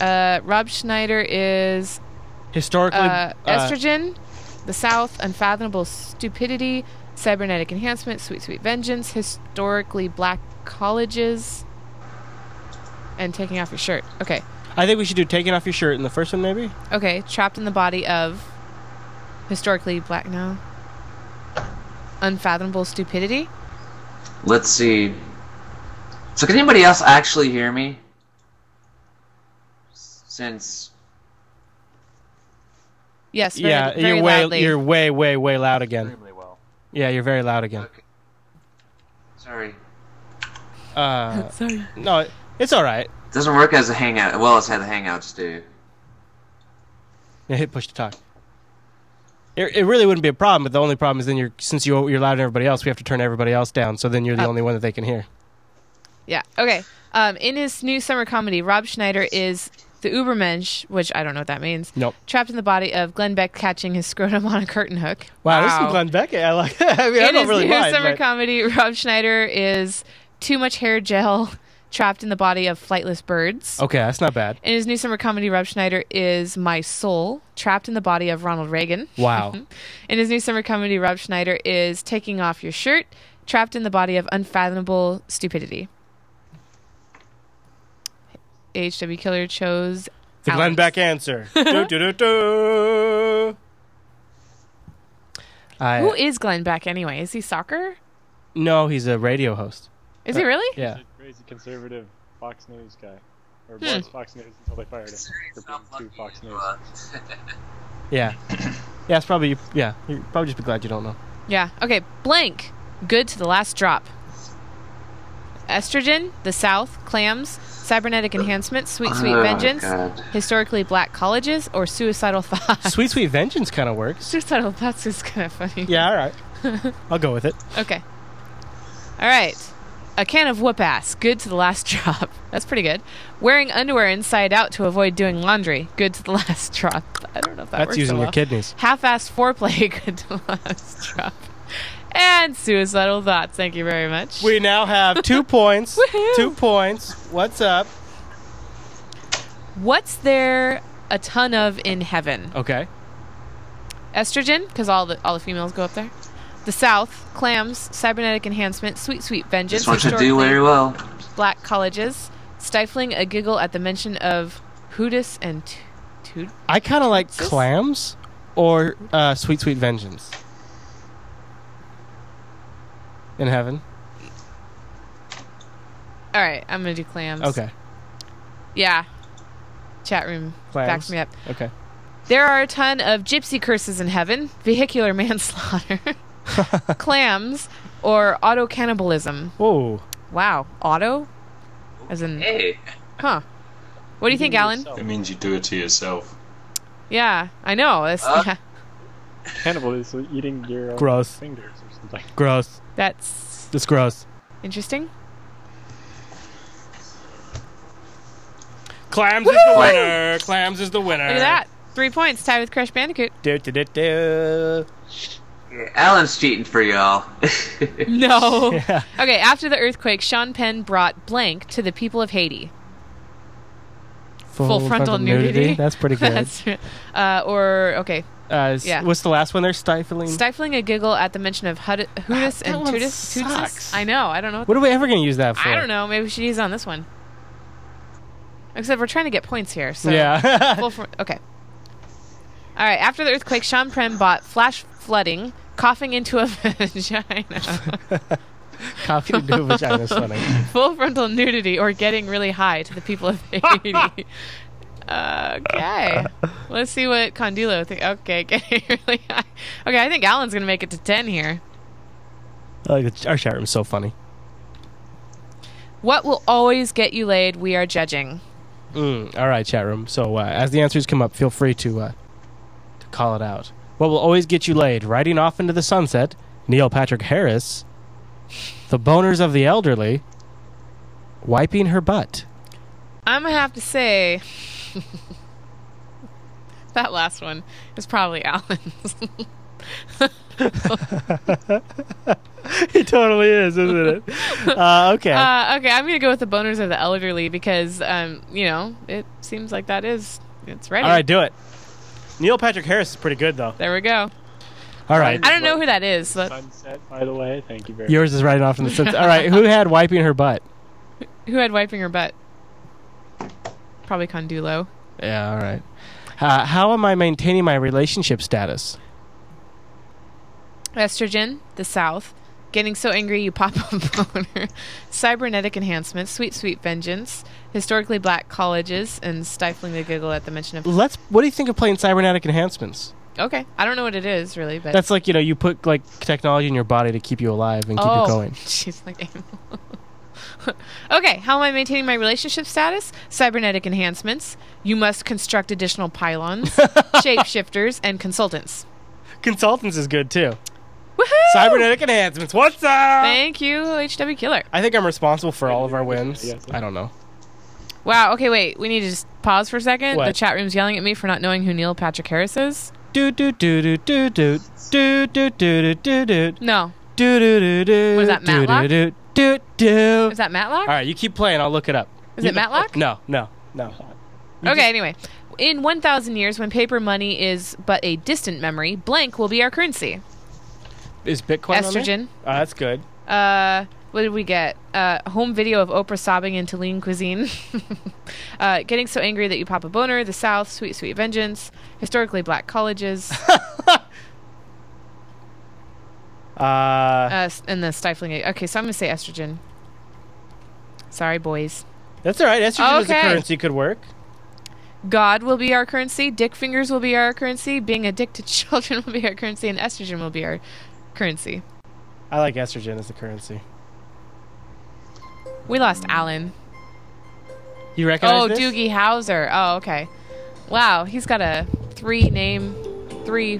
S1: Uh, Rob Schneider is
S2: Historically,
S1: uh,
S2: uh,
S1: estrogen, the South, unfathomable stupidity, cybernetic enhancement, sweet sweet vengeance, historically black colleges, and taking off your shirt. Okay,
S2: I think we should do taking off your shirt in the first one, maybe.
S1: okay, trapped in the body of historically black now, unfathomable stupidity.
S4: Let's see. So, can anybody else actually hear me? Since
S1: Yes, very,
S2: yeah,
S1: very
S2: you're
S1: loudly.
S2: way, you're way, way, way loud again.
S5: extremely well.
S2: Yeah, you're very loud again.
S4: Okay. Sorry.
S1: <laughs>
S2: Uh,
S1: Sorry.
S2: no, it- it's all right.
S4: Doesn't work as a hangout. Well, it's how the hangouts do.
S2: Yeah, hit push to talk. It, it really wouldn't be a problem, but the only problem is then you're since you you're louder than everybody else, we have to turn everybody else down. So then you're the
S1: Oh.
S2: only one that they can hear.
S1: Yeah. Okay. Um, in his new summer comedy, Rob Schneider is the Ubermensch, which I don't know what that means.
S2: Nope.
S1: Trapped in the body of Glenn Beck catching his scrotum on a curtain hook.
S2: Wow, this is some Glenn Beck. I like. <laughs> I mean, I
S1: In
S2: don't
S1: his
S2: really
S1: new
S2: mind.
S1: summer
S2: but-
S1: comedy, <laughs> Rob Schneider is too much hair gel <laughs> trapped in the body of flightless birds.
S2: okay, that's not bad.
S1: In his new summer comedy, Rob Schneider is my soul trapped in the body of Ronald Reagan. <laughs>
S2: Wow.
S1: In his new summer comedy, Rob Schneider is taking off your shirt, trapped in the body of unfathomable stupidity. HW Killer chose
S2: the Glenn
S1: Alex. <laughs>
S2: Beck answer. do, do, do, do. I,
S1: Who is Glenn Beck anyway? Is he soccer?
S2: no, he's a radio host.
S1: Is he
S2: uh,
S1: really?
S2: Yeah.
S3: Crazy conservative Fox News guy. Or was Fox News until they fired him for being too Fox News.
S2: Yeah. Yeah, it's probably yeah. You'd probably just be glad you don't
S1: <laughs>
S2: know.
S1: Yeah. Okay. Blank. Good to the last drop. Estrogen, the South, clams, cybernetic enhancement, sweet sweet
S4: Oh,
S1: vengeance,
S4: God.
S1: historically black colleges, or suicidal thoughts. <laughs>
S2: Sweet Sweet Vengeance kind of works.
S1: suicidal thoughts is kind of funny.
S2: Yeah, all right. I'll go with it.
S1: Okay. All right. A can of whoop ass. Good to the last <laughs> drop. That's pretty good. Wearing underwear inside out to avoid doing laundry. Good to the <laughs> last drop. I don't know if that
S2: That's
S1: works
S2: using
S1: so
S2: your
S1: well. <laughs>
S2: kidneys.
S1: Half-assed foreplay. <laughs> Good to the last drop. And suicidal thoughts. Thank you very much.
S2: We now have
S1: <laughs>
S2: two points.
S1: Woohoo.
S2: two points. What's up?
S1: What's there a ton of in heaven?
S2: Okay.
S1: Estrogen, because all the all the females go up there. The South, clams, cybernetic enhancement, sweet sweet vengeance.
S4: Just what you do
S1: historically-
S4: very well.
S1: black colleges, stifling a giggle at the mention of Hootis and Tu- Tu-
S2: I kind of like
S1: Sis?
S2: clams or uh, Sweet Sweet Vengeance. In heaven.
S1: All right, I'm gonna do clams.
S2: Okay.
S1: Yeah. Chat room
S2: Clams.
S1: backs me up.
S2: Okay.
S1: <laughs> There are a ton of gypsy curses in heaven, vehicular manslaughter, <laughs> clams, or auto cannibalism.
S2: Whoa.
S1: Wow, auto, as in,
S4: Hey.
S1: huh? What do you think, Alan?
S6: It means you do it to yourself.
S1: Yeah, I know. That's,
S4: Uh.
S1: yeah,
S3: Hannibal is eating your own
S2: Gross.
S3: fingers or something.
S2: Gross.
S1: that's
S2: It's gross.
S1: interesting.
S2: Clams is the winner. Clams is the winner.
S1: Look at that, three points, tied with Crash Bandicoot.
S2: Do, do, do, do.
S4: Yeah, Alan's cheating for y'all. <laughs>
S1: No.
S2: Yeah.
S1: Okay, after the earthquake, Sean Penn brought blank to the people of Haiti.
S2: Full,
S1: frontal nudity? <laughs>
S2: That's pretty good.
S1: That's, uh, or, okay,
S2: uh, s-
S1: yeah.
S2: What's the last one there? Stifling.
S1: stifling a giggle at the mention of Hud- Hootis
S2: that
S1: and
S2: one
S1: Tootis. Tootsis?
S2: sucks.
S1: I know, I don't know. What
S2: what are we ever going to use that for?
S1: I don't know, maybe we should use it on this one. Except we're trying to get points here, so.
S2: yeah. <laughs>
S1: Full fr- okay. All right, after the earthquake, Sean Penn bought flash flooding, coughing into a <laughs> vagina.
S2: Copy
S1: <laughs>
S2: to do a <laughs> vagina is funny.
S1: full frontal nudity or getting really high to the people of Haiti. Okay. Let's see what Condilo think. Okay, <laughs> getting really high. Okay, I think Alan's gonna make it to ten here.
S2: Like, it's- our chat room's so funny.
S1: What will always get you laid? We are judging.
S2: Mm, all right, chat room. So uh, as the answers come up, feel free to uh, to call it out. What will always get you laid? Riding off into the sunset, Neil Patrick Harris, the boners of the elderly, wiping her butt.
S1: I'm gonna have to say <laughs> that last one is probably Alan's.
S2: <laughs>
S1: <laughs>
S2: It totally is, isn't <laughs> it? uh, okay.
S1: Uh, okay, I'm gonna go with the boners of the elderly because, um, you know, it seems like that is it's ready.
S2: all right, do it. Neil Patrick Harris is pretty good, though.
S1: there we go.
S2: All right.
S1: I don't know who that is. But
S3: Sunset, by the way. Thank you very much.
S2: Yours is riding off in the sunset. All right, who had wiping her butt?
S1: who had wiping her butt? Probably Condulo.
S2: Yeah, all right. Uh, how am I maintaining my relationship status?
S1: Estrogen, the South. Getting so angry you pop <laughs> a boner. Cybernetic enhancement, sweet, sweet vengeance. Historically black colleges and stifling the giggle at the mention of.
S2: Let's. What do you think of playing cybernetic enhancements?
S1: Okay, I don't know what it is really, but
S2: That's like you know you put like technology in your body to keep you alive and keep
S1: oh,
S2: you going.
S1: <laughs> she's like animal. <laughs> okay, how am I maintaining my relationship status? Cybernetic enhancements. You must construct additional
S2: <laughs>
S1: pylons, shapeshifters, and consultants.
S2: Consultants is good too.
S1: Woohoo!
S2: Cybernetic enhancements. What's up?
S1: Thank you, HW Killer.
S2: I think I'm responsible for all of our wins.
S3: Yes.
S2: I don't know.
S1: Wow. Okay, wait. We need to just pause for a second. The
S2: What?
S1: chat room's yelling at me for not knowing who Neil Patrick Harris is.
S2: Do do do do do do do do do do do do
S1: No,
S2: do do do.
S1: Was that Matlock?
S2: Do do do.
S1: is that Matlock?
S2: All right, you keep playing. I'll look it up.
S1: Is
S2: You-
S1: it Matlock?
S2: No, no, no.
S1: okay. Anyway, in 1,000 years, when paper money is but a distant memory, blank will be our currency.
S2: Is Bitcoin on there?
S1: Estrogen.
S2: Oh, that's <laughs> good.
S1: Uh, what did we get? Uh, home video of Oprah sobbing into lean cuisine. <laughs> uh, getting so angry that you pop a boner. The South. Sweet, sweet vengeance. Historically black colleges.
S2: Uh,
S1: uh, and the stifling. Okay, so I'm gonna say estrogen. Sorry, boys.
S2: that's all right. Estrogen as a
S1: okay.
S2: currency could work.
S1: God will be our currency, dick fingers will be our currency, being addicted to <laughs> children will be our currency, and estrogen will be our currency.
S2: I like estrogen as a currency.
S1: We lost Alan.
S2: You recognize
S1: oh,
S2: this?
S1: Doogie Howser. Oh, okay. Wow, he's got a three name, three.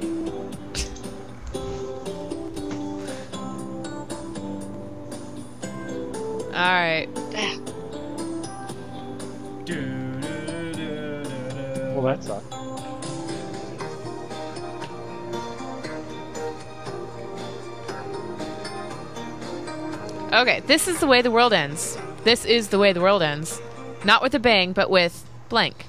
S1: All right.
S3: Well, that sucks.
S1: Okay, this is the way the world ends. This is the way the world ends. Not with a bang, but with blank.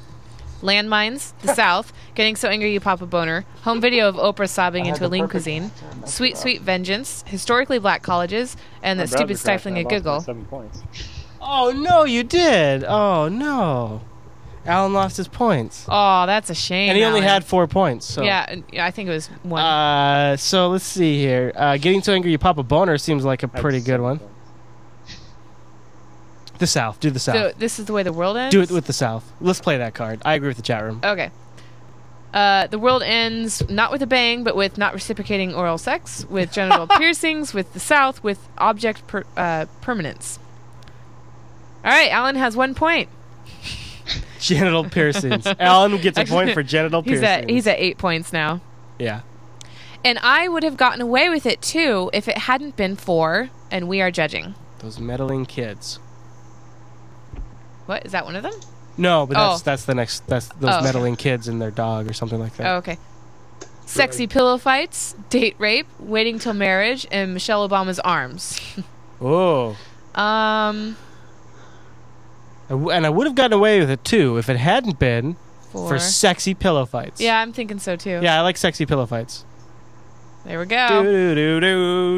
S1: Landmines, the South, getting so angry you pop a boner. Home video of Oprah sobbing
S5: I had
S1: into a
S5: the
S1: lean
S5: perfect
S1: cuisine.
S5: answer and messed it
S1: Sweet,
S5: up.
S1: sweet vengeance. Historically black colleges, and
S3: My
S1: that
S3: browser
S1: stupid
S3: crashed
S1: stifling a
S3: and I lost my
S1: giggle.
S3: Seven points.
S2: Oh no, you did. Oh no, Alan lost his points,
S1: Oh, that's a shame.
S2: and he only
S1: Alan.
S2: had four points. So.
S1: Yeah, and- yeah, I think it was one.
S2: Uh, so let's see here. Uh, getting so angry you pop a boner seems like a
S3: I had
S2: pretty good
S3: seven
S2: one.
S3: points.
S2: The South, do the South,
S1: so this is the way the world ends.
S2: do it with the South. Let's play that card. I agree with the chat room.
S1: Okay. Uh, the world ends not with a bang, but with not reciprocating oral sex,
S2: <laughs>
S1: with genital piercings, with the South, with object per, uh, permanence. All right, Alan has one point.
S2: genital
S1: <laughs>
S2: piercings. Alan gets a point for genital
S1: He's
S2: piercings.
S1: at he's at eight points now,
S2: yeah.
S1: and I would have gotten away with it too if it hadn't been for. And we are judging.
S2: Those meddling kids.
S1: What is that? One of them?
S2: No, but that's
S1: Oh.
S2: that's the next. That's those
S1: Oh, okay.
S2: meddling kids and their dog or something like that.
S1: Oh, okay. Sexy pillow fights, date rape, waiting till marriage, and Michelle Obama's
S2: <laughs>
S1: arms.
S2: Oh.
S1: um,
S2: I w- And I would have gotten away with it too if it hadn't been
S1: for,
S2: for sexy pillow fights.
S1: yeah, I'm thinking so too.
S2: Yeah, I like sexy pillow fights.
S1: There we
S2: Do
S1: go.
S2: do do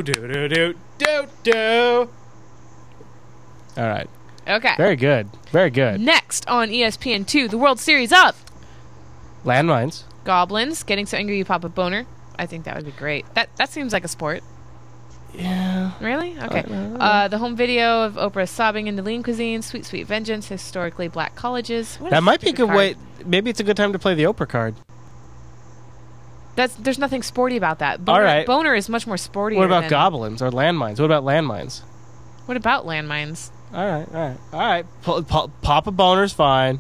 S2: do do do do do. All right.
S1: Okay.
S2: Very good. Very good.
S1: Next on E ESPN2, the World Series up.
S2: Landmines.
S1: Goblins, getting so angry you pop a boner. I think that would be great. That that seems like a sport.
S2: Oh, Yeah.
S1: Really? Okay. Uh, the home video of Oprah sobbing into lean cuisine, sweet sweet vengeance, historically black colleges. What
S2: That might be a
S1: stupid
S2: good
S1: card.
S2: way. Maybe it's a good time to play the Oprah card.
S1: That's there's nothing sporty about that. Boner,
S2: right.
S1: Boner is much more sporty.
S2: What about
S1: than,
S2: goblins or landmines? What about landmines?
S1: What about landmines?
S2: All right, all right, all right. Po- po- Papa Boner's fine.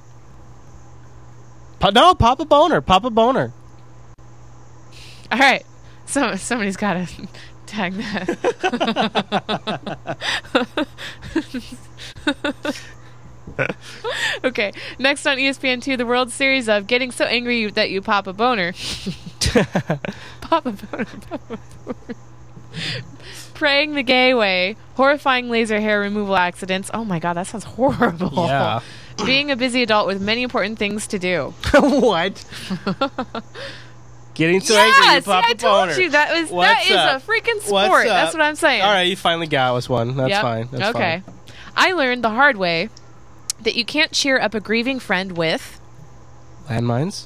S2: Pa- no, Papa Boner,
S1: <laughs>
S2: Papa Boner. <laughs>
S1: All right. So somebody's got to <laughs> tag that. <laughs> okay. Next on E ESPN2, the World Series of Getting So Angry You- That You Pop a Boner. <laughs> Pop a boner. Pop a boner. Praying the gay way, horrifying laser hair removal accidents. Oh my god, that sounds horrible.
S2: Yeah.
S1: Being a busy adult with many important things to do. <laughs>
S2: what? Getting so angry, you
S1: yeah, see,
S2: Papa
S1: I told
S2: Boner.
S1: you that was that
S2: What's
S1: is
S2: up?
S1: a freaking
S2: What's
S1: sport. That's
S2: up?
S1: what I'm saying.
S2: All right, you finally got us one. That's
S1: Yep.
S2: fine. That's
S1: okay.
S2: fine.
S1: I learned the hard way that you can't cheer up a grieving friend with
S2: Landmines.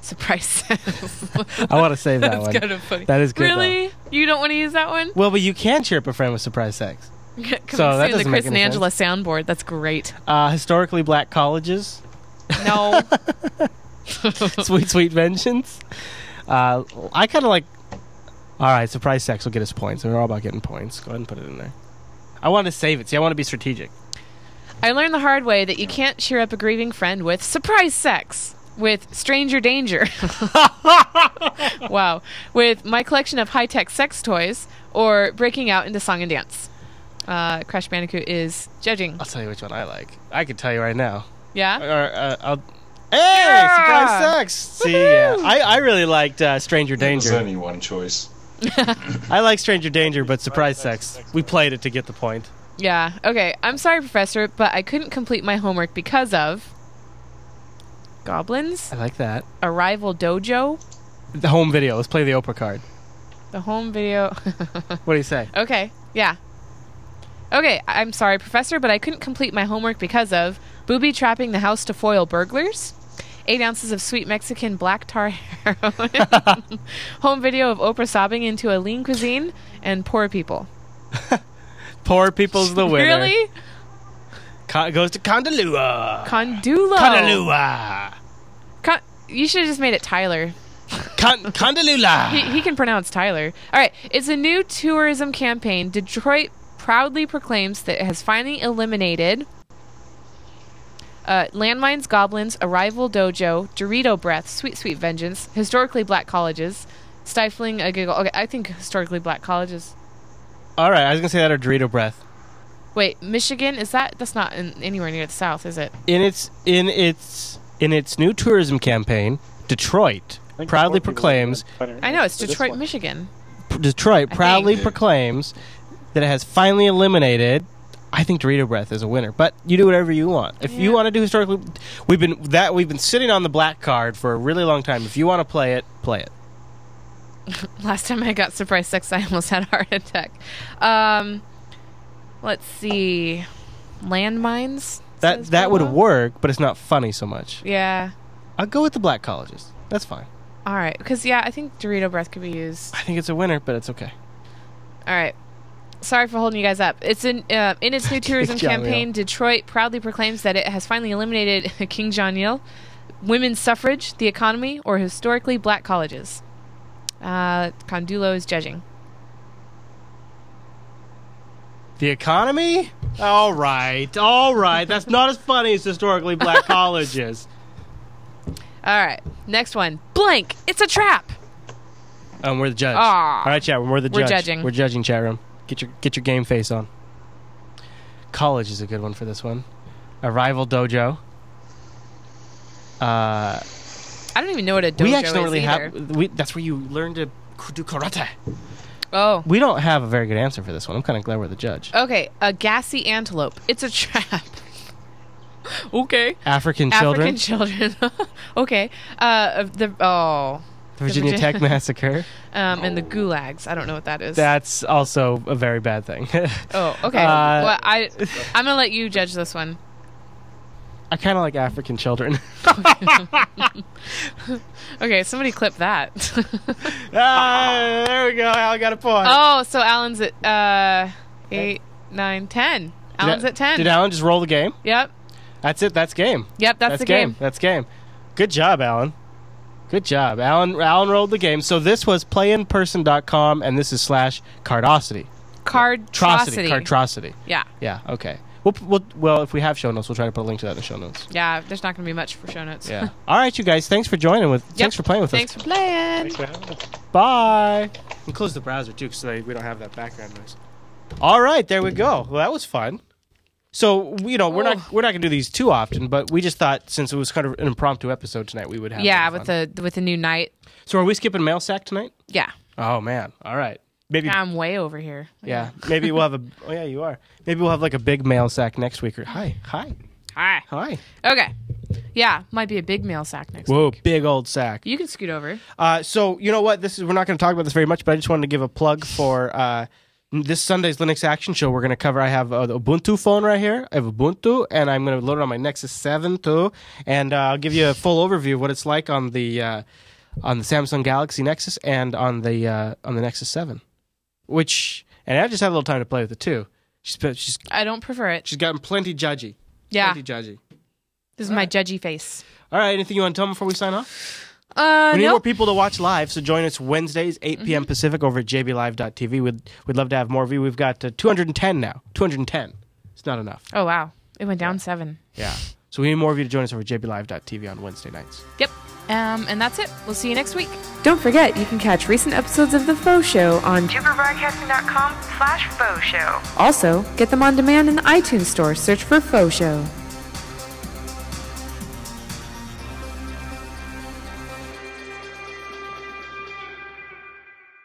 S1: surprise says.
S2: I want to save
S1: <laughs>
S2: that
S1: That's
S2: one.
S1: kind of funny.
S2: That is good,
S1: Really? You don't want to use that one? <laughs>
S2: Well, but you can cheer up a friend with surprise sex.
S1: Coming
S2: So that
S1: soon, the
S2: doesn't make
S1: Chris and
S2: any
S1: Angela soundboard. That's
S2: <laughs>
S1: great.
S2: Uh, historically black
S1: <laughs>
S2: colleges,
S1: No.
S2: sweet sweet vengeance. Uh, I kind of like. All right, surprise sex will get us points. We're all about getting points. Go ahead and put it in there. I want to save it. See, I want to be strategic.
S1: I learned the hard way that you can't cheer up a grieving friend with surprise sex, with stranger danger. wow. With my collection of high tech sex toys, or breaking out into song and dance. Uh, Crash Bandicoot is judging.
S2: I'll tell you which one I like. I could tell you right now. Or,
S1: Yeah? <laughs>
S2: uh, I'll. Hey,
S1: Yeah!
S2: surprise sex. See, yeah. I, I really liked uh, Stranger
S6: There's
S2: Danger.
S6: only one choice.
S2: I like Stranger Danger, but surprise sex. We played it to get the point.
S1: Yeah. Okay. I'm sorry, Professor, but I couldn't complete my homework because of. Goblins,
S2: I like that.
S1: a rival dojo,
S2: The home video. Let's play the Oprah card.
S1: the home video. <laughs>
S2: What do you say?
S1: Okay. Yeah. Okay. I- I'm sorry, Professor, but I couldn't complete my homework because of booby trapping the house to foil burglars, eight ounces of sweet Mexican black tar <laughs>
S2: <laughs>
S1: heroin, home video of Oprah sobbing into a lean cuisine, and poor people.
S2: Poor people's the winner.
S1: Really?
S2: Con- goes to Condalua.
S1: Condulo.
S2: Condalua.
S1: Con- you should have just made it Tyler.
S2: Con-
S1: He,
S2: Condalula.
S1: he can pronounce Tyler. All right. It's a new tourism campaign. Detroit proudly proclaims that it has finally eliminated uh, landmines, goblins, arrival dojo, Dorito breath, sweet sweet vengeance, historically black colleges, stifling a giggle. Okay, I think historically black colleges.
S2: All right, I was gonna say that or Dorito breath.
S1: Wait, Michigan is that? That's not in, anywhere near the South, is it?
S2: In its in its in its new tourism campaign, Detroit
S3: think
S2: proudly
S3: more people
S2: proclaims
S3: would find it
S1: I know it's
S3: for this
S1: Detroit,
S3: one.
S1: Michigan.
S2: pr- Detroit proudly
S6: Yeah.
S2: proclaims that it has finally eliminated. I think Dorito breath is a winner, but you do whatever you want. If you
S1: Yeah.
S2: want to do historically, we've been that we've been sitting on the black card for a really long time. If you want to play it, play it.
S1: Last time I got surprise sex, I almost had a heart attack. Um, let's see, landmines.
S2: That
S1: says
S2: that would
S1: Bobo.
S2: work, but it's not funny so much.
S1: Yeah.
S2: I'll go with the black colleges. That's fine.
S1: All right. Because yeah, I think Dorito breath could be used.
S2: I think it's a winner, but it's okay.
S1: All right. Sorry for holding you guys up. It's in uh, in its
S2: <laughs>
S1: new tourism
S2: Jong-il.
S1: campaign. Detroit proudly proclaims that it has finally eliminated <laughs> King John Il, women's suffrage, the economy, or historically black colleges. Uh, Condulo is judging.
S2: The economy? All right, all right. That's not as funny as historically black colleges.
S1: All right. Next one. Blank. It's a trap.
S2: Um, we're the judge.
S1: Aw.
S2: All right, chat room. We're the
S1: Ah. We're
S2: judge.
S1: judging.
S2: We're judging chat room. Get your get your game face on. College is a good one for this one. Arrival dojo. Uh,
S1: I don't even know what a dojo
S2: we actually don't
S1: is
S2: really
S1: either.
S2: have. We, that's where you learn to k- do karate.
S1: Oh.
S2: We don't have a very good answer for this one. I'm kind of glad we're the judge.
S1: Okay. A gassy antelope. It's a
S2: <laughs>
S1: trap. okay.
S2: African children.
S1: African children. <laughs> okay. Uh, of the oh,
S2: Virginia
S1: Virgin- <laughs>
S2: Tech massacre.
S1: um,
S2: Oh.
S1: and the gulags. I don't know what that is.
S2: That's also a very bad thing. <laughs>
S1: oh, okay.
S2: Uh, <laughs>
S1: well, I I'm gonna let you judge this one.
S2: I kind of like African children. <laughs>
S1: Okay, somebody clip that. <laughs>
S2: ah, there we go. Al got a point.
S1: oh, so Alan's at uh, eight, nine, ten.
S2: Did
S1: Alan's
S2: Al-
S1: at ten.
S2: Did Alan just roll the game?
S1: Yep.
S2: That's it. That's game.
S1: Yep, that's, the game.
S2: That's game. Good job, Alan. Good job. Alan Alan rolled the game. So this was playinperson.com and this is slash cardosity. Trocity.
S1: Cardtrocity.
S2: Cardtrocity.
S1: yeah.
S2: Yeah, okay. We'll, p- we'll, well, if we have show notes, we'll try to put a link to that in the show notes.
S1: Yeah, there's not going to be much for show notes. <laughs>
S2: Yeah. All right, you guys. Thanks for joining with.
S1: Yep.
S2: Thanks for playing with
S1: Thanks
S2: us.
S1: for playing.
S3: Thanks for having us.
S2: Bye. And close the browser too, so we don't have that background noise. All right, there we go. Well, that was fun. So you know we're
S1: Oh.
S2: not we're not gonna do these too often, but we just thought since it was kind of an impromptu episode tonight, we would have.
S1: Yeah,
S2: a little
S1: with
S2: fun.
S1: the with the new night.
S2: So are we skipping mail sack tonight?
S1: Yeah.
S2: Oh man. All right. Maybe.
S1: I'm way over here.
S2: yeah. Maybe we'll have a. <laughs> Oh yeah, you are. Maybe we'll have like a big mail sack next week. Or hi, hi,
S1: Hi.
S2: hi.
S1: Okay. Yeah, might be a big mail sack next
S2: Whoa,
S1: week.
S2: big old sack.
S1: You can scoot over.
S2: Uh, so you know what? This is we're not going to talk about this very much, but I just wanted to give a plug for uh, this Sunday's Linux Action Show. We're going to cover. I have uh, the Ubuntu phone right here. I have Ubuntu, and I'm going to load it on my Nexus Seven too, and uh, I'll give you a full overview of what it's like on the uh, on the Samsung Galaxy Nexus and on the uh, on the Nexus Seven. Which and I just had a little time to play with it too. She's been- she's
S1: I don't prefer it.
S2: she's gotten plenty judgy.
S1: Yeah.
S2: plenty judgy.
S1: This is my judgy face.
S2: All right, anything you want to tell me before we sign off?
S1: Uh,
S2: We need more
S1: no. Mm-hmm.
S2: people to watch live, so join us Wednesdays, 8 p.m. Pacific over at jblive.tv. We'd, we'd love to have more of you. We've got uh, 210 now. 210. It's not enough.
S1: Oh wow, it went down seven.
S2: Yeah. So we need more of you to join us over at jblive.tv on Wednesday nights.
S1: Yep. Um, and that's it. We'll see you next week. Don't forget, you can catch recent episodes of The Faux Show on
S7: JupiterBroadcasting.com slash faux show.
S1: Also, get them on demand in the iTunes store. Search for Faux Show.